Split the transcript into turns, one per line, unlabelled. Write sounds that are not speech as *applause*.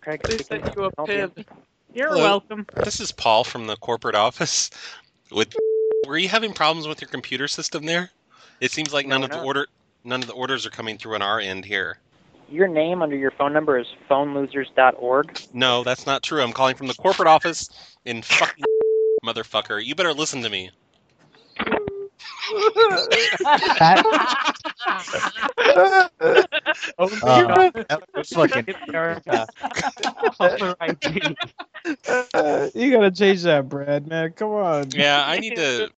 Craig
They
speaking.
sent you a
Help
pin.
You're
Hello.
welcome.
This is Paul from the corporate office. With were you having problems with your computer system there? It seems like none
No,
of the
no.
order none of the orders are coming through on our end here.
Your name under your phone number is phonelosers.org.
No, that's not true. I'm calling from the corporate office in fucking *laughs* motherfucker. You better listen to me.
That,
Oh,
uh, that was fucking
Give Erica
*laughs*
caller
ID.
you gotta change that, Brad. Man, come on.
Yeah, I need to